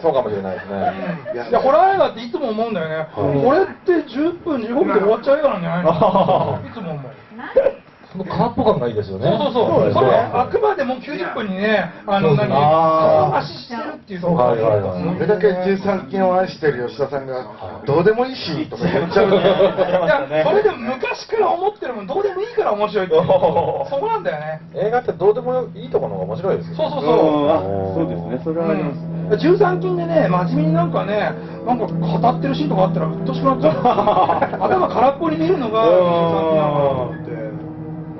そうかもしれないですね。いやホラー映画っていつも思うんだよね、うんこれって10分、15分で終わっちゃう映画なんじゃないあの ーいつも思う。その空っぽ感がいいですよね。そうそそううそう、ですこねれあくまでも90分にね、あのそうそう何、あー足してるっていう、そうはいはいはいうんそれだけ13金を愛してる吉田さんが、どうでもいいしとか言っちゃういね。やそれでも昔から思ってるもん、どうでもいいから面白いっていう、そこなんだよね、映画ってどうでもいいところの方が面白いですよ、ね。そうそううそんう。あそうですねそれはありますね、 13金でね、真面目になんかね、なんか語ってるシーンとかあったら、うっとうしくなっ ちゃう、頭空っぽに見るのが、13金なのって。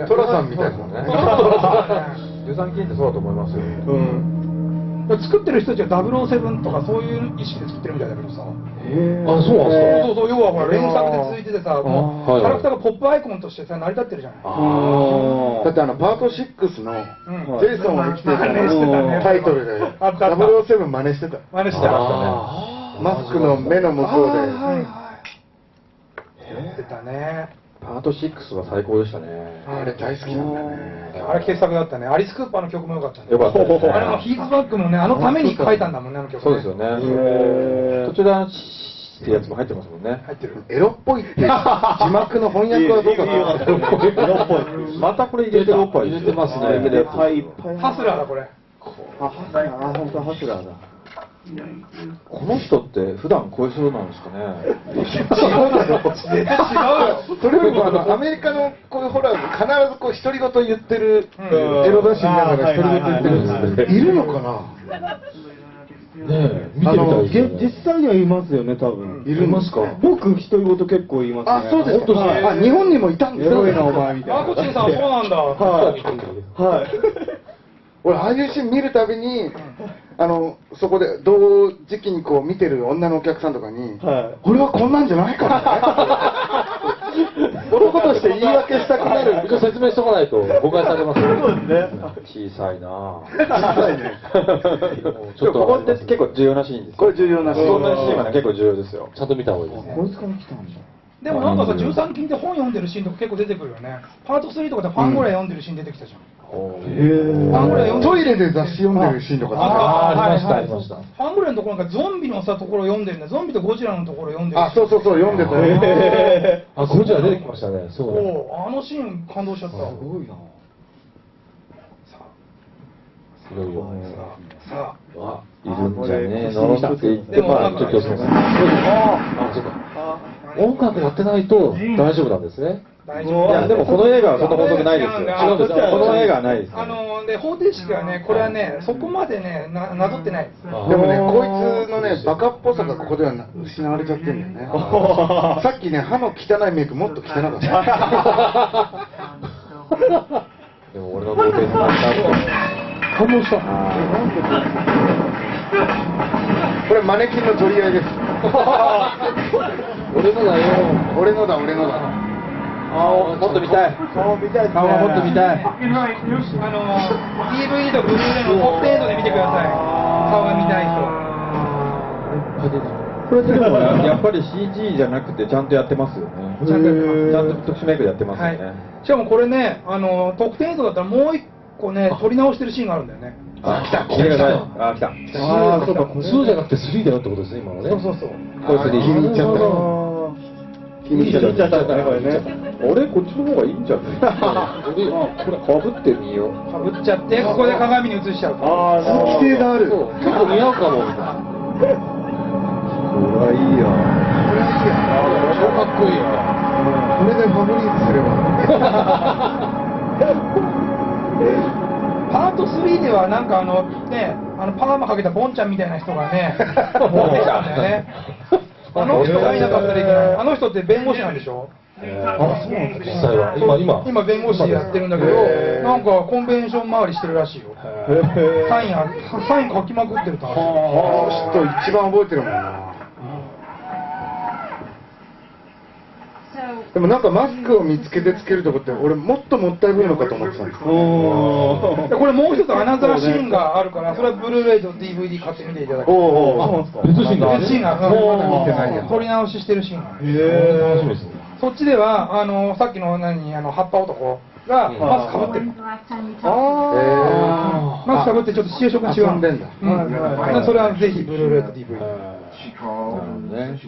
トラさんみたいなもんね。 十三金ってそうだと思いますよ。うん作ってる人たちは007とかそういう意識で作ってるみたいだけどさ、へーあそうなんですそうそう要はほら連作で続いててさもうはいはいキャラクターがポップアイコンとしてさ成り立ってるじゃないあだってーあのパート6のうんジェイソンを生きていた真似してたねタイトルであったあった007真似してた真似してあーマスクの目の向こうではいはいやってたねパート6は最高でしたね。あれ大好きなんだねあれ傑作だったねアリス・クーパーの曲も良かったねよかったですねあれもヒーツバックもねあのために書いたんだもんねあの曲そうですよね。へー途中であのシッってやつも入ってますもんね。入ってるエロっぽいっていう字幕の翻訳は どうかなまたこれ入れてるおっぱい入れてますね。入れてるやつはいいっぱいハスラーだこれあハスラーあ本当ハスラーだこの人って普段こういう人なんですか ね。違うよそれよりもあのアメリカのこういうホラーで必ずこう独り言言ってるうんエロ雑誌見ながら独り言言ってるんですねいるのかなねえ、見てみあのたいげですよね実際にはいますよね多分いるんですか僕独り言結構言いますねあそうです本当にかあ日本にもいたんですエロいなお前みたいなあこちんさんそうなんだはいはい俺ああいうシーン見るたびにあのそこで同時期にこう見てる女のお客さんとかに、はい俺はこんなんじゃないからね男として言い訳したくなる一応説明しとかないと誤解されますそうですね小さいなぁ。ちちょっとここって結構重要なシーンですよ。これ重要なシーンこんなシーンはね結構重要ですよ。ちゃんと見た方がいいですね。こいつから来たんだでもなんかさ13禁って本読んでるシーンとか結構出てくるよねパート3とかでファンゴラ読んでるシーン出てきたじゃんへあこれトイレで雑誌読んでるシーンとかあーはありまいしたはいありましたファンブレのところなんかゾンビのさところ読んでるんだゾンビとゴジラのところ読んでるあそうそうそう読んでたよえあ、ゴジラ出てきましたね。そうね。おうあのシーン感動しちゃったすごいな。いろいろ。あ、さいるんじゃねえのって言って、でもまなあ、んちかょっとそうあ、そうか。音楽やってないと大丈夫なんですね。あ大いや、でもこの映画はそんなこ細くないですよ。違うんですよ。この映画はないですね。あのーで方程式はねこれはねそこまでねななぞってないでもねあーこいつのねバカっぽさがここではな失われちゃってるんだよねさっきね歯の汚いメイクもっと汚かったでも俺の童貞になった感動した。これマネキンの取り合いです俺のだよ。俺のだ俺のだ顔もっと見たい。顔見たい顔はもっと見たい。あのー DVD とブルーレイのトップ8で見てください顔が見たい人これでもやっぱり CG じゃなくてちゃんとやってますよね。ちゃんとやちってますゃんと特殊メイクでやってますはよいね。、しかもこれね、あの特典映像だったらもう一個ね、撮り直してるシーンがあるんだよね。あ、来た。来た。あ、来た。ああ、そうか。2じゃなくて3だよってことですね、今のね。そうそうそう。これ3。気に入っちゃった気に入っちゃったねこれねあれこっちの方がいいんじゃないあこれかぶってみようかぶっちゃって、ここで鏡に映しちゃうと。あその規定があるそうこ結構似合うかもみたいなこれはいいよれいいや超かっこいいよこれでファブリーズすればパート3ではなんかあのね、あのパーマかけたボンちゃんみたいな人 がね、持ってきたんだよね。あの人がいなかったらいけない。あの人って弁護士なんでしょあそうなんだ実際は今今今弁護士やってるんだけど、なんかコンベンション回りしてるらしいよ。サインあ、サイン書きまくってると思う。あの人一番覚えてるもんなでもなんかマスクを見つけてつけるとこって俺もっともったいぶるのかと思ってたんですおでこれもう一つアナザーシーンがあるから、それはブルーレイと DVD 買ってみていただきたい。おお別シーンがあるシーンが、うんまだ見てないや撮り直ししてるシーンがへえ楽しみですねそっちではあのさっきの何あの葉っぱ男がうんマスクかぶってる。Oh, あマスクかぶってちょっとシチュエーションが違う。遊んでんだうんまあそれはぜひ、ブルーレイと DVD。なるほどね。